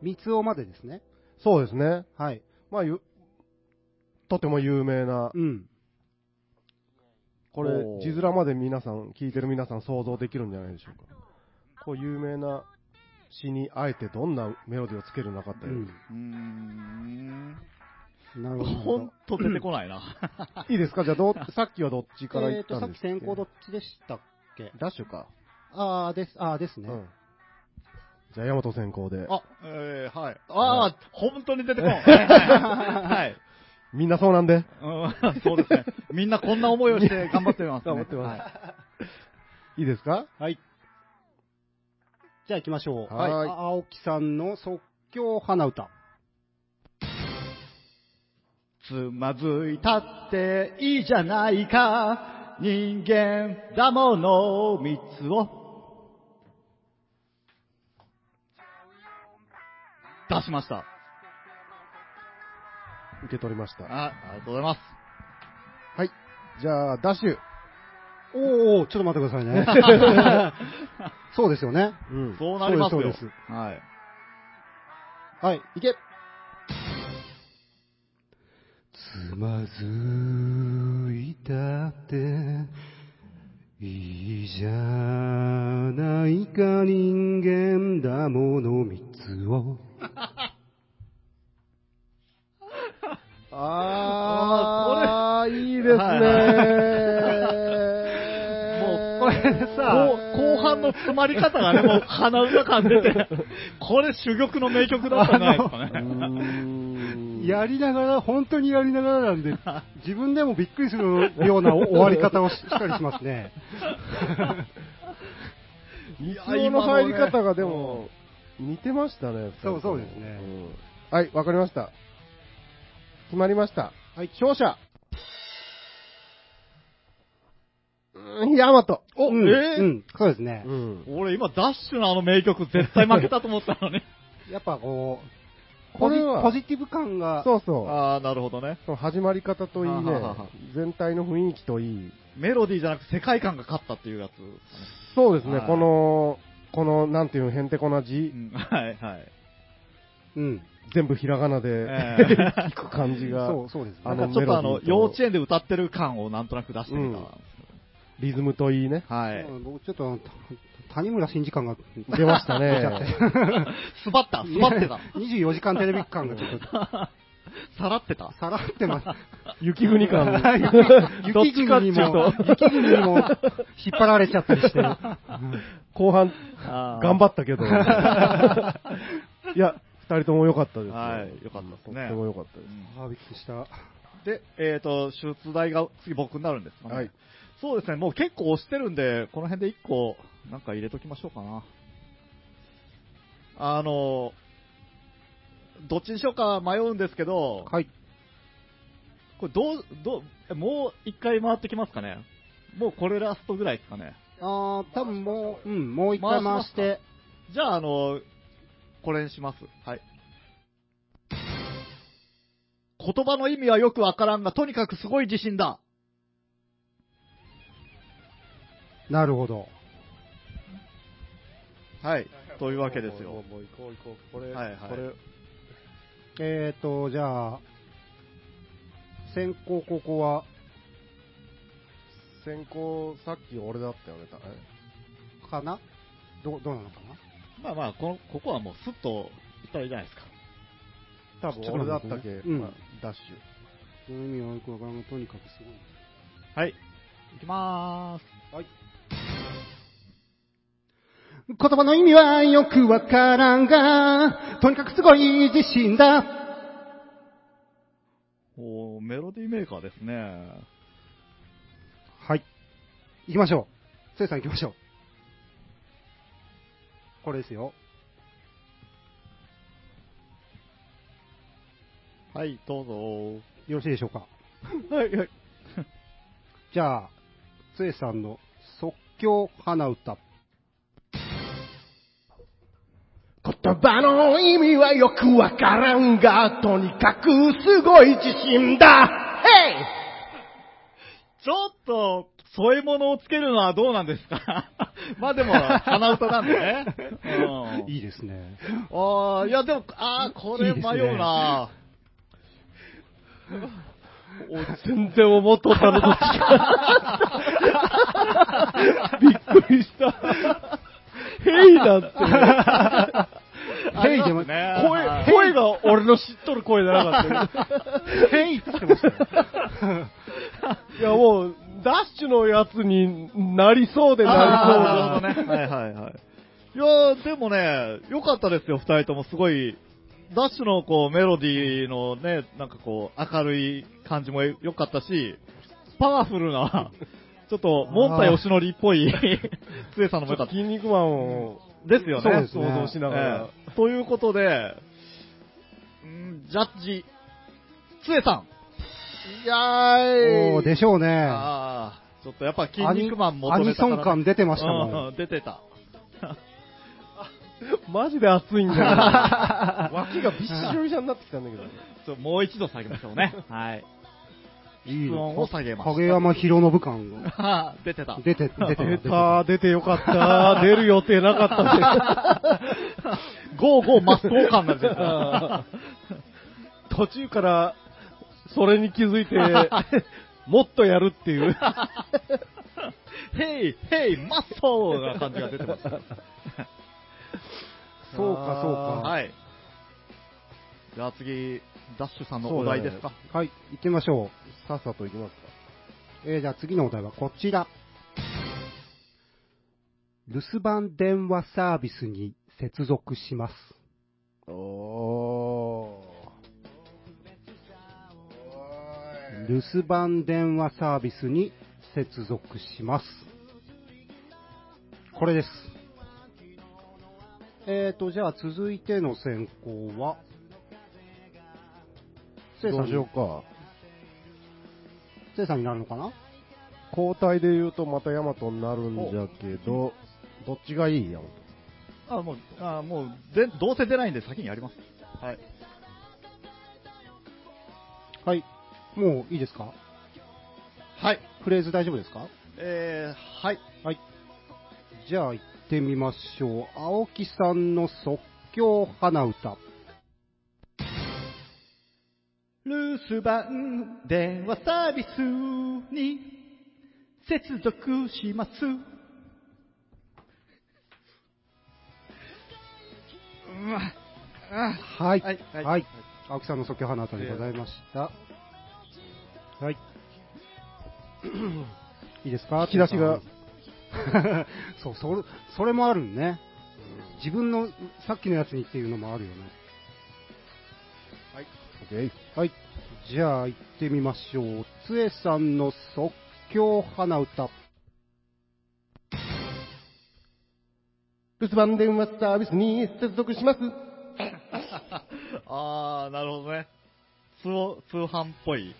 三つおまでですね。
そうですね。
はい。
まあ、ゆとても有名な、
うん。
これ
お、ー
字面まで皆さん、聞いてる皆さん想像できるんじゃないでしょうか。こう、有名な詩にあえてどんなメロディーをつけるのかって、
うん。
うーん。
なるほど。
ほんと出てこないな。
いいですかじゃあどう、さっきはどっちから
え
言
っ
っ
と、
た
さ
ん
っき
ですけ
先行どっちでしたっけ
ダッシュか。
あーです、あーです
う
ね。
ん。じゃあ、大和先行で。
あ、えー、はい。
は
ああ、本当に出てこ ない。はい。
みんなそうなんで。
うんそうですね。みんなこんな思いをして頑張ってますね。
頑張ってます。いいですか
はい。
じゃあ行きましょう。
はい
あ青木さんの即興花歌。
つまずいたっていいじゃないか。人間だもの三つを。出しました。
受け取りました。
あ、ありがとうございます。
はい。じゃあ、ダッシュ。
おーおー、ちょっと待ってくださ いね。そうですよね。
うん
そうなりますよ。
そうですそうで
はい。
はい、いけ。つまずいたって、いいじゃないか人間だもの三つを。
あー、いいですね
もう、これさ、後後半の詰まり方がね、もう鼻歌感出 て、これ珠玉の名曲だったんじゃないですか
う
ね。
ーん
やりながら、本当にやりながらなんで、自分でもびっくりするような終わり方をししたりしますね。
三つ
いや
葉の入り方がでも、似てましたね。
そうそうです
う
ね
んはい、わかりました。決まりました。はい、勝者。うんヤマト。
お、
うん、
えー
うん、そうですね。
ん。
俺今、ダッシュのあの名曲絶対負けたと思ったのに。
やっぱこう、
こ
ポジ
れは
ポジティブ感が、
そうそう。
ああ、なるほどね。
その始まり方といいね
はははは、
全体の雰囲気といい。
メロディーじゃなく世界観が勝ったっていうやつ。
そうですね
は、い
この、この、なんていうの、へんてこな
う
字、
んはいはい。
うん、
全部ひらがなで、
ええ
いく感じが
そ、う、そうですね。
あ
な
の
んかちょっとあ
メロ
の、
ディーと
幼稚園で歌ってる感をなんとなく出してみた。
リズムといいね。
はい。
僕ちょっとあのた谷村新司感が
出 ました
出ちゃって
ね。
スバった、スバってた。
24時間テレビ感がちょっと
さらってた
さらってます。
雪国 感。
どっ
雪
ちかっ
国
てい
に
うと
も、雪国にも引っ張られちゃったりして。
後半、
あー
頑張った けど。いや、二人とも良かったですよ。
はい良かったですね
とっても良かったで
あーびっくりした。
で、えっ、と、出題が次僕になるんですかね。
はい
そうですね、もう結構押してるんで、この辺で1個、なんか入れときましょうかな。あの、どっちにしようか迷うんですけど、
はい。
これどう、どうえ、もう1回回ってきますかね。もうこれラストぐらいですかね。
あー、多分もう、うん、もう一回回して。
じゃあ、あの、これにします。はい。言葉の意味はよくわからんが、とにかくすごい自信だ。
なるほど。
はい。
す。
というわけですよ
もう。もう行こう行こう。これ、
はいはい
これ、
えーと、じゃあ、先行ここは、
先行、さっき俺だったよね、たね
かなど、どうなのかな
まあまあ、この、ここはもうスッといったらいいじゃないですか。
多分俺だったっけ、
うん
まあダッシ
そういう意味はよくわからんが、とにかくすごい。
はい。いきまーす。
言葉の意味はよくわからんが、とにかくすごい自信だ。
おーメロディーメーカーですね。
はい。行きましょう。せいさん行きましょう。これですよ。
はい、どうぞ
よろしいでしょうか。
はい、はい。
じゃあ、つえさんの即興花歌。
言葉の意味はよくわからんが、とにかくすごい自信だ。ヘ
ちょっと、添え物をつけるのはどうなんですか まあでも、鼻歌なんでね。うん。
いいですね。
あーいやでも、あーこれ迷う な
ュ。全然思っとったのと違う。びっくりした。ヘイだって。
ヘイでも、
ね
声、声が俺の知っとる声じゃなかったよ。
ヘイって言ってましたよ。
いやもう、ダッシュのやつになりそうで
あ
な
ー
り
な
そ
るほ
うで。
どね。はいはいはい。いやーでもね、良かったですよ、二人とも。すごい、ダッシュのこうメロディーのね、なんかこう、明るい感じも良かったし、パワフルな、 ちょっと、モンタヨシノリっぽい、つえさんのも良かった。
筋肉マンを
ですよね。
そうです
想像しながら
え。えということで、うんジャッジ、つえさん。いやーい。
おーでしょうね。
あーちょっとやっぱ筋
アニ
肉マン求
ア
め
ニ
たか
ソン
ら
感出てましたもん。
うん出てた。
マジで熱いんだよ。 脇がびっしょびしょになってきたんだけど。
ちょもう一度下げましょう ね。はい。
いい
質問を下げました
影山博信感が
出てた。
出て、出てた、出
出
て
た、出てよか った。出る予定なか
ゴーゴーマストー感が出てた
た。 途中から、それに気づい て、もっとやるっていう。
ヘイヘイマストーな感じが出てま した。
そうか、そうか。
はい。じゃあ次、ダッシュさんのお題ですか。
はい、行ってみましょ
さっさと行きますか。
う。えー、じゃあ次のお題はこちら。留守番電話サービスに接続します。
お
留守番電話サービスに接続します。これです。えーと、じゃあ続いての選考は、せいさ
ど
ん
うしようか。
せいさんになるのかな
交代で言うとまたヤマトになるんじゃけど、どっちがいいやん。
あ、もう、あ、もう、で、どうせ出ないんで先にやります。はい。
はい。もういいですか
はい。
フレーズ大丈夫ですか
えー、はい。
じゃあ行ってみましょう。青木さんの即興花歌。
留守番電話サービスに接続します。うん、あ
はい。
はい
は。
はいい
青木さんの即興花形でございました。はい。いいですか
引き出しが。
そう、それ、それもあるね。自分のさっきのやつにっていうのもあるよね。はい。じゃあ行ってみましょう。つえさんの即興花歌。
留守番電話サービスに接続します。
あー、なるほどね。通通販っぽい。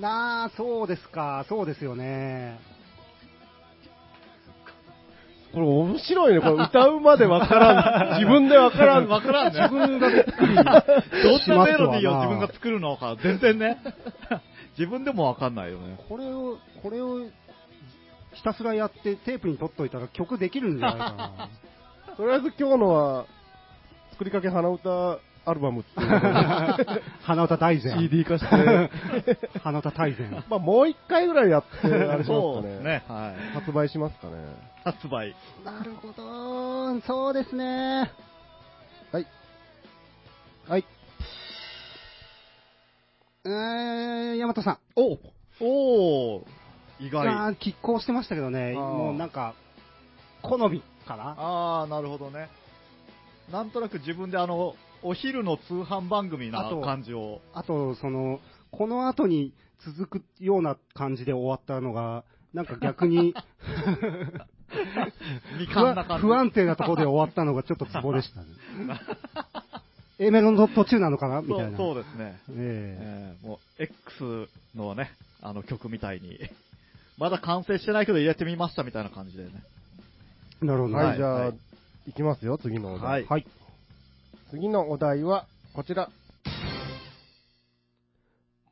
なあ、そうですか、そうですよね。
これ面白いね。これ歌うまでわ からん。自分でわからん。
わからんね。
自分がびっくりし
どんなメロディーを
ますわな
自分が作るのか、全然ね。 自分でもわかんないよね。
これを、これを、ひたすらやってテープに取っといたら曲できるんじゃないか な。
とりあえず今日のは、作りかけ鼻歌アルバムっていうのを
花歌大 全。
CD 化して、
花歌大 全。
まあもう一回ぐらいやって、あれし ま
そ
す
う
か
です
ね。
ね。はい。
発売しますかね。
発売。
なるほど、そうですね。
はい。
うーん、大和さん。
おおー意外。
あー拮抗してましたけどね、
あー
もうなんか、好みかな。
あー、なるほどね。なんとなく自分であの、お昼の通販番組
あ
な
と
感じを。
あと、その、この後に続くような感じで終わったのが、なんか逆 に
未
不
完な感
安
じ。
不安定なところで終わったのがちょっとツボでしたね。A メロの途中なのかなみ
そ
たいうな。
そうですね。
え
えーもう、X のね、あの曲みたいに。まだ完成してないけど入れてみましたみたいな感じでね。
えなるほどね。
は
はいい、じゃあ、
はい
い、きますよ、次のお題。
はい
はい。
次のお題は、こちら。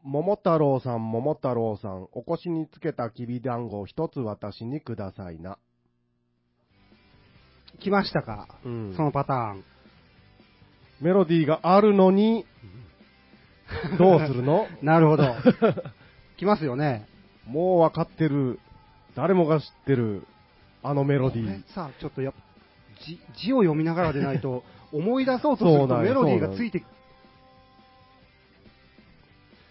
桃太郎さん、桃太郎さん、お腰につけたきび団子を一つ私にくださいな。
来ましたか、
うん
そのパターン。
メロディーがあるのに、どうする の
なるほど。来ますよね。
もうわかってる。誰もが知ってる。あのメロディ
これ
ー。
さあ、ちょっとやっぱ字字を読みながらでない と、思い出そうとす
そ
る
うな
と
ん
メ
よ
ロディーがついて、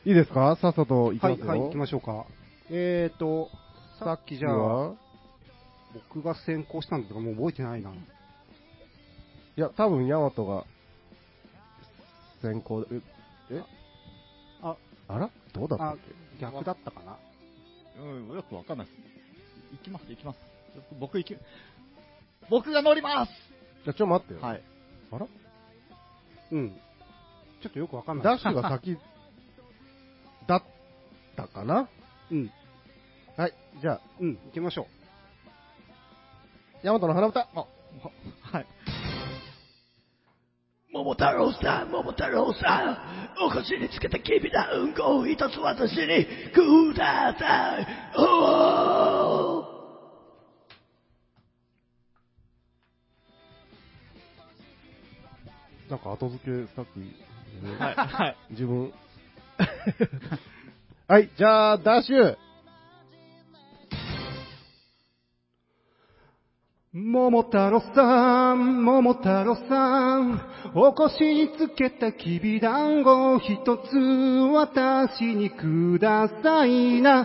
いいですかさっさと行き
は
ます
い、
よ。
はい、行きましょうか。えーと、さっきじゃあ、
は
僕が先行したんだとかもう覚えてないな。
いや、多分ヤマトが先行で、ええ
あ、
あらどうだったっ
あ、逆だったかな。
うん、よくわかんないです。行きます、行きます。僕行き、僕が乗りま
けじゃあちょっと待ってよ。
すはい。
あら
うん。ちょっとよくわかんな
ダッ
い。
シュが先だったかな
うん。
はい、じゃあ、
うん、行きましょ
ヤマトの鼻歌。
はい。
桃太郎さん、桃太郎さん、お腰につけた君だうんこを一つ私にください。おー
なんか後付けさっき、
はい。はい。
自分。 はい、じゃあ、ダッシュ
う。桃太郎さん、桃太郎さん、お腰につけたきびだんご一つ私にくださいな。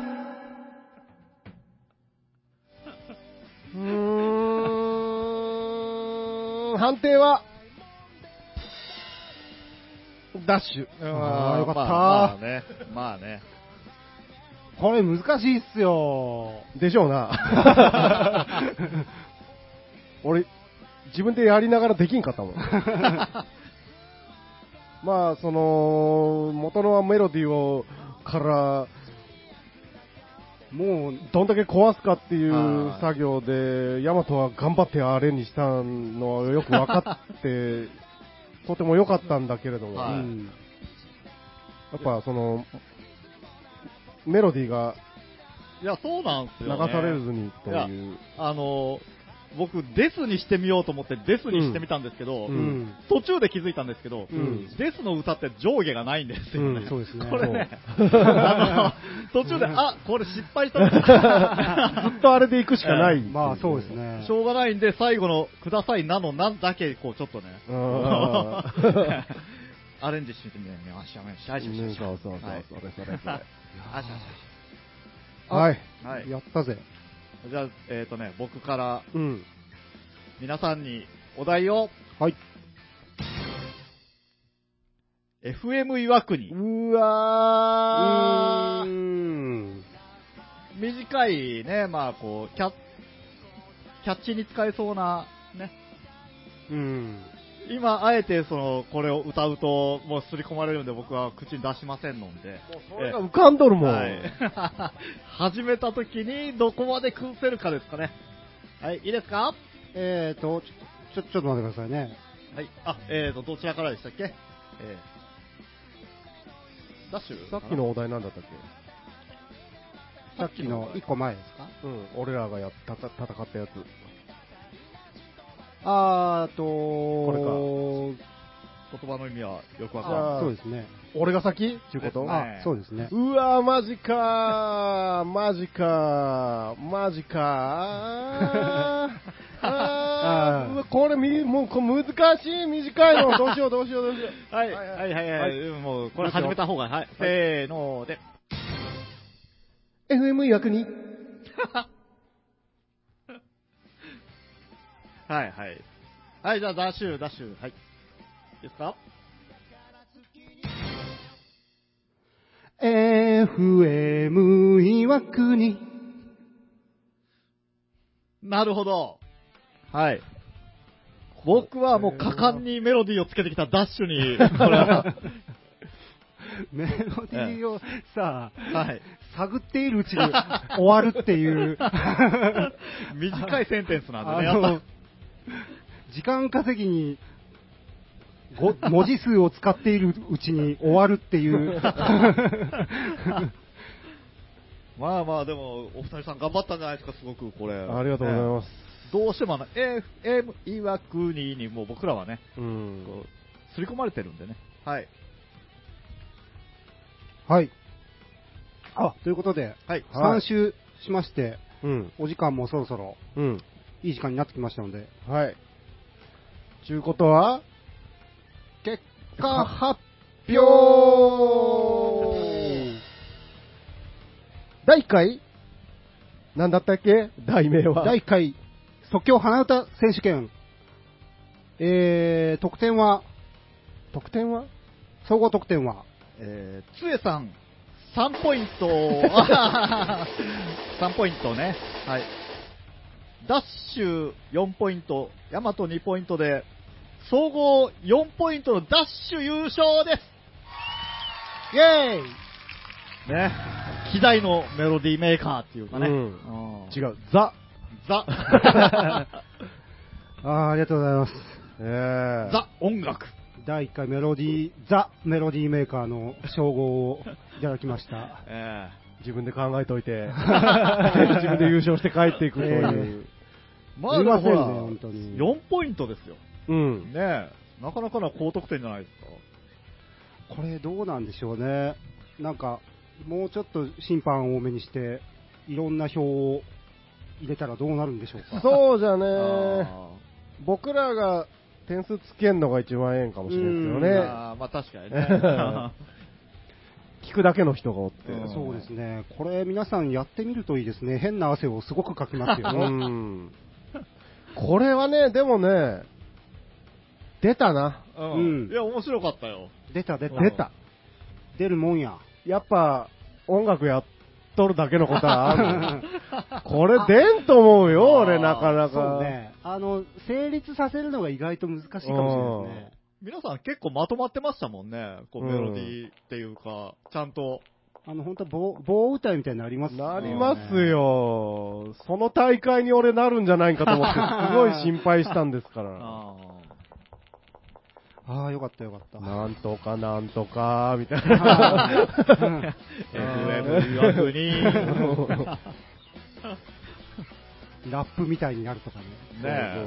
うーん、判定はダッシュ。
あーよかった
まあまあね。まあね。
これ難しいっすよ。
でしょうな。 俺、自分でやりながらできんかっ たもん。まあ、その、元のメロディーを、から、
もう、
どんだけ壊すかってい
はい
う作業で、ヤマトは頑張ってあれにしたのはよく分かって、とても良かったんだけれども、
はい
うん
やっぱその、メロディーが
いや、そうなんです
流
よ、ね。
されずにと
いや
いう。
あの、僕、デスにしてみようと思って、デスにしてみたんですけど、
うん
途中で気づいたんですけど、
ん
デスの歌って上下がないんですよね。
うん
そうですね
これね、あの途中で、あこれ失敗 したな
ずっとあれで行くしかない、
え
まあそうですね
し。ょうがないんで、最後のくださいなのなんだけ、こう、ちょっとね、
あ
アレンジしてみました。よしよしよしよし
うんそうそうそう
はい
それそれそれ
よし よしよ
はい。
しはい。
やったぜ。
じゃあ、えっ、とね、僕から
うん
皆さんにお題を、
はい。
FM 岩国。
う
う
わ
ーん。
短いね、まあこう、キャッ、キャッチに使えそうな、ね。
うん。
今、あえてその、これを歌うと、もう刷り込まれるんで僕は口に出しませんので。
それが浮かんどるもん、
はい。 始めた時にどこまで崩せるかですかね。はい、いいですか
えーと、ちょ、ちょちょっと待ってくださいね。
はい。あ、えーと、どちらからでしたっけえー、ダッシュ
さっきのお題なんだったっ
さっきの一個前ですか
け、うん、俺らがやったた戦ったやつ
あーと
こ
言葉の意味はよくわ
か
から
ん
ら
じ
な
ゃ
い。
そうですね。
あ俺が先っていうこと、
ですね
あ、そうですね。
うわーマジかーマジかーマジかーあーあ
あ
ー
ー
うわこれみもうこれ難しい短いのどうしようどうしようどうしよう
はい、はい、はい、はい、もう、これ始めた方が、はい、せーので。
FM 岩国
はい、はい。はい、じゃあ、ダッシュ、ダッシュ、はい。いいですか
FM 岩国。
なるほど。はい。僕はもう果敢にメロディーをつけてきたダッシュに、これ は、
メロディーをさ、
はい。
探っているうちに終わるっていう。
短いセンテンスなんでね、
あ
やっぱ
の、時間稼ぎに、ご文字数を使っているうちに終わるっていう。
まあまあ、でも、お二人さん頑張ったんじゃないですか、すごく、これ。
ありがとうございます、
す。どうしてもあの、FM 岩国にもう僕らはね、
うん
こう、刷り込まれてるんでね。はい。
はい。あ、ということで、
はい。
3週しまして、
うん
お時間もそろそろ
うん
いい時間になってきましたので、
はいちゅうことは
結果発
ぴょー第1回なんだったっけ題名は
第1回即興花歌選手権、えー、得点は、
得点は
総合得点は、
えー、つえさん、3ポイン ト。あはは3ポイントね。はい。ダッシュ4ポイント、ヤマト2ポイントで、総合4ポイントのダッシュ優勝で
イェーイ
す。ね。希代のメロディーメーカーっていうかね。
うん
ん
違うザ
ザ。
あーありがとうございます。
えー、
ザ音楽。
第1回メロディー、ザ・メロディーメーカーの称号をいただきました。
え
自分で考えと いて自分で優勝して帰っていくという、
ー、まあでもほ
すい
ら、
ませんね本当に
4ポイントですよ。
うん
ねえ。なかなかな高得点じゃないです か。
これどうなんでしょうね。なんか、もうちょっと審判を多めにして、いろんな票を入れたらどうなるんでしょうか。
そうじゃね
あー
僕らが点数つけんのが一番ええんかもしれんすけどね
あーまあ確か に
ね
ね。
聞くだけの人がおって
うん
そうですね。これ皆さんやってみるといいですね。変な汗をすごくかきます よ。
うんこれはねでもね出たな
うん
うん
いや、面白かったよ。
出た出た。
出た。
出るもんや。
やっぱ音楽やっとるだけのことはあ るこれ出んと思うよ俺なかな
そう
か、
ね。あの、成立させるのが意外と難しいかもしれないですね。
皆さん結構まとまってましたもんね。こう、メロディーっていうか、ちゃんと。
あの、本当棒、棒歌いみたいになりますよね
なります。よ、その大会に俺なるんじゃないかと思って、すごい心配したんです から、
ああ、よかったよかった。
なんとかなんとか、みたい な。
FM 曰くに。
ラップみたいになるとかね。
え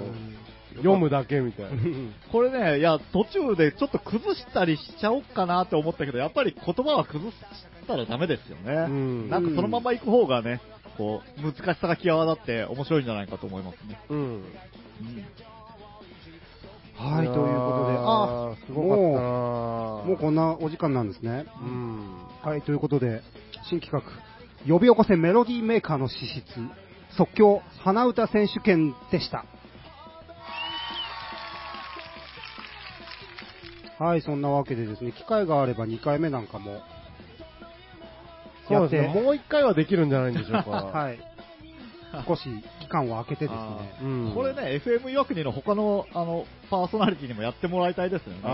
読むだけみ たいな。
これね、いや、途中でちょっと崩したりしちゃおっかなって思ったけど、やっぱり言葉は崩したらダメですよね。
ん
なんかそのまま行く方がね、こう、難しさが際立って面白いんじゃないかと思いますね。
うん。
はい、ということで、あ
あー、すごかったな
もう、もうこんなお時間なんですね。
うん。
はい、ということで、新企画、呼び起こせメロディーメーカーの資質、即興鼻歌選手権でした。はい、そんなわけでですね、機会があれば2回目なんかも、
そうです
やって
ね。もう一回はできるんじゃないんでしょ うか。
はい、少し期間を空けてですね、
うん。
これね、FM 岩国の他のあのパーソナリティにもやってもらいたいですよね。来ても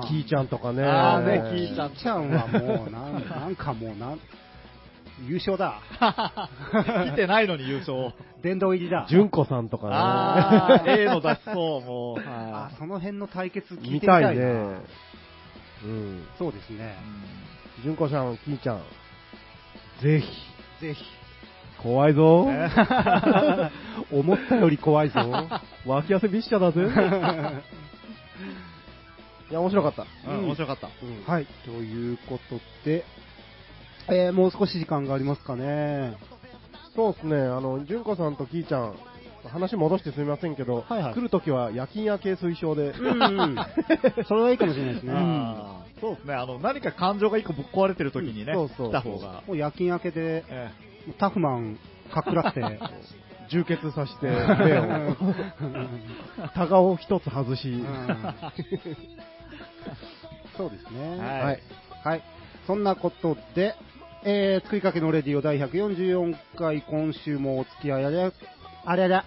ら
らって。
ー、
って
キーちゃんとかね。
あーね
キ
キーちゃん
ーちゃんはもうなん、なんかもうなん、優勝だ。
来てないのに優勝。
殿堂入りだ。
純子さんとかね。
あー、A の脱走、もう。
あ
は
その辺の対決聞いてみ
見
た
た
いない
ね。うん。
そうですね
い。
純子ちゃん、キーちゃん。ぜひ。
ぜひ。
怖 いぞ。
思ったより怖いぞ。
脇汗びっしゃ だぜ。いや、面白かった。
うんうん面白かった。
はい、ということで、えーもう少し時間がありますかね。
そうですね、あの、純子さんとキーちゃん、話戻してすみませんけど、
はいはい
来るときは夜勤明け推奨で、
それはいいかもしれないですね。
あーそうですね、あの、何か感情が一個ぶっ壊れてる時にね、
うんそうそう
来た方が。
もう夜勤明けで、
え
タフマンかっくらって、
充血させて、目 を、タガを一つ外し、
うんそうですね。
はい
はい。はいそんなことで、えー、作りかけのレディオ第144回、今週もお付き合いありゃ、ありゃりゃ。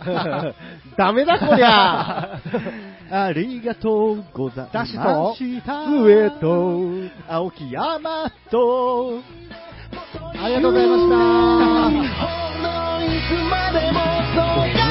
ダメだこりゃ
ありがとうござい
ました
上と、青木山と、
ありがとうございました。
いつまでもそう